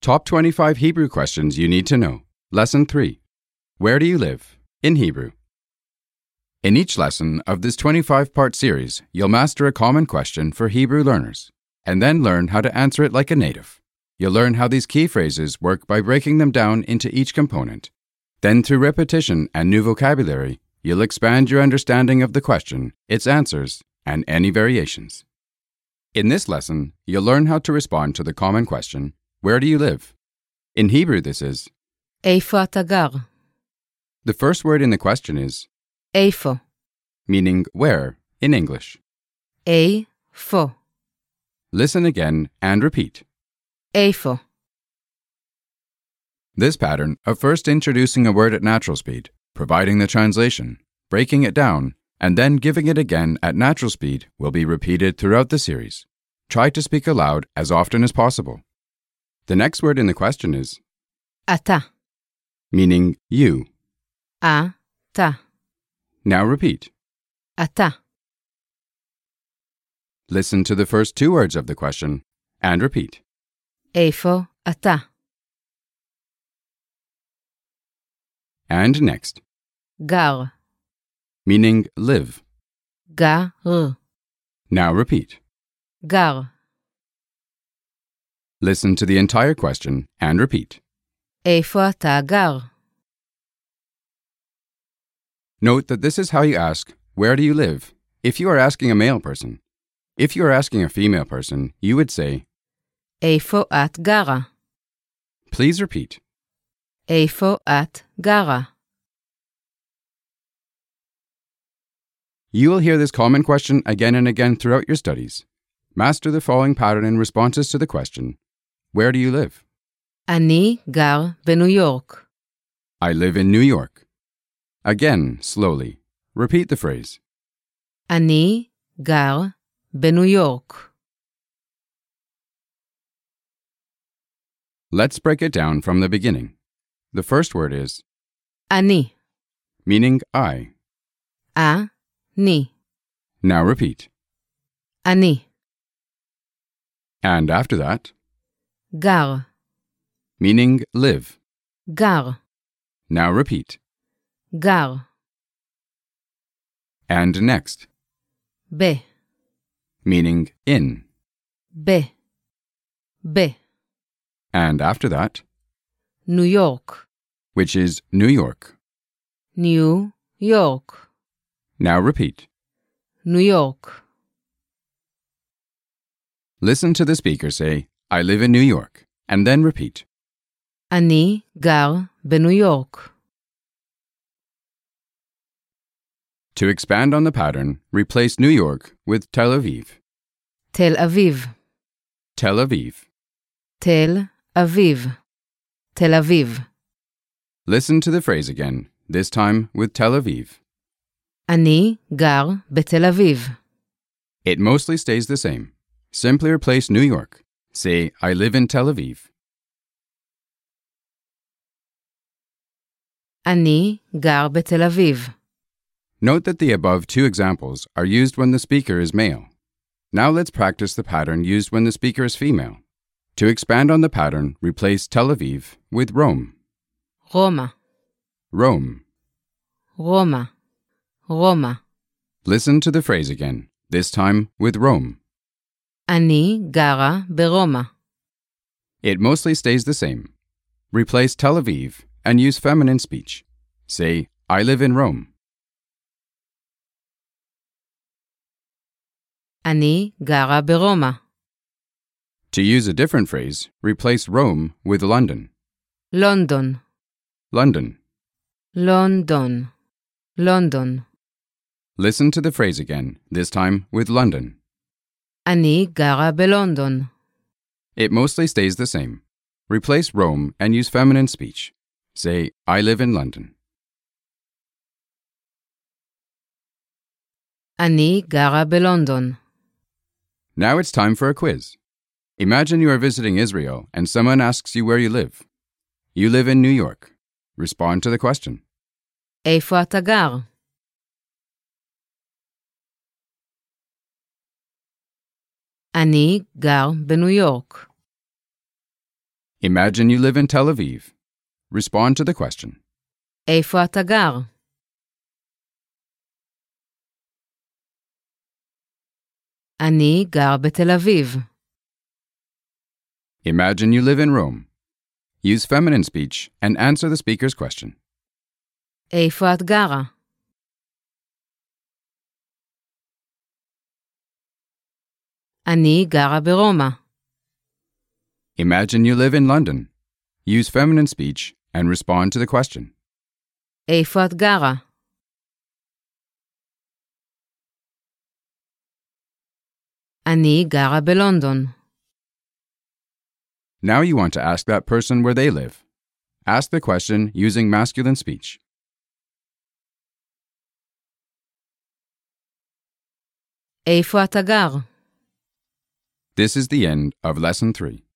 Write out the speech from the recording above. Top 25 Hebrew Questions You Need to Know. Lesson 3 Where Do You Live? in Hebrew. In each lesson of this 25 part series, you'll master a common question for Hebrew learners, and then learn how to answer it like a native. You'll learn how these key phrases work by breaking them down into each component. Then, through repetition and new vocabulary, you'll expand your understanding of the question, its answers, and any variations. In this lesson, you'll learn how to respond to the common question, Where do you live? In Hebrew, this is איפה אתה גר? the first word in the question is איפה? meaning where in English. איפה? Listen again and repeat. איפה? This pattern of first introducing a word at natural speed, providing the translation, breaking it down, and then giving it again at natural speed will be repeated throughout the series. Try to speak aloud as often as possible. The next word in the question is אתה. meaning you. אה, אתה. Now repeat. אתה. Listen to the first two words of the question and repeat. איפה אתה? And next, גר. meaning live. גר. Now repeat. גר. Listen to the entire question and repeat. איפה אתה גר? Note that this is how you ask, Where do you live? if you are asking a male person. If you are asking a female person, you would say, איפה את גרה? Please repeat. איפה את גרה? You will hear this common question again and again throughout your studies. Master the following pattern in responses to the question Where do you live? אני גר בניו יורק. I live in New York. Again, slowly. Repeat the phrase. אני גר בניו יורק. Let's break it down from the beginning. The first word is, אני. אה, meaning I. אני. Now repeat. אני. And after that, גר. meaning live. גר. Now repeat. גר. And next, ב. meaning in. ב. ב. And after that, ניו יורק. which is New York. ניו יורק. Now repeat. ניו יורק. Listen to the speaker say, I live in New York, and then repeat. אני גר בניו יורק. To expand on the pattern, replace New York with Tel Aviv. תל אביב. Tel Aviv. תל אביב. תל אביב. Listen to the phrase again, this time with Tel Aviv. אני גר בתל אביב. It mostly stays the same. Simply replace New York. Say, I live in Tel Aviv. אני גר בתל אביב. Note that the above two examples are used when the speaker is male. Now let's practice the pattern used when the speaker is female. To expand on the pattern, replace Tel Aviv with Rome. רומא. Rome. רומא. רומא. Listen to the phrase again, this time with Rome. אני גרה ברומא. It mostly stays the same. Replace Tel Aviv and use feminine speech. Say, I live in Rome. אני גרה ברומא. To use a different phrase, replace Rome with London. לונדון. London. לונדון. לונדון. Listen to the phrase again, this time with London. אני גרה בלונדון. It mostly stays the same. Replace Rome and use feminine speech. Say, I live in London. אני גרה בלונדון. Now it's time for a quiz. Imagine you are visiting Israel and someone asks you where you live. You live in New York. Respond to the question. איפה אתה גר? אני גר בניו יורק. Imagine you live in Tel Aviv. Respond to the question. איפה אתה גר? אני גר בתל אביב. Imagine you live in Rome. Use feminine speech and answer the speaker's question. איפה את גרה? אני גרה ברומא. Imagine you live in London. Use feminine speech and respond to the question. איפה את גרה? אני גרה בלונדון. Now you want to ask that person where they live. Ask the question using masculine speech. איפה אתה גר? This is the end of Lesson 3.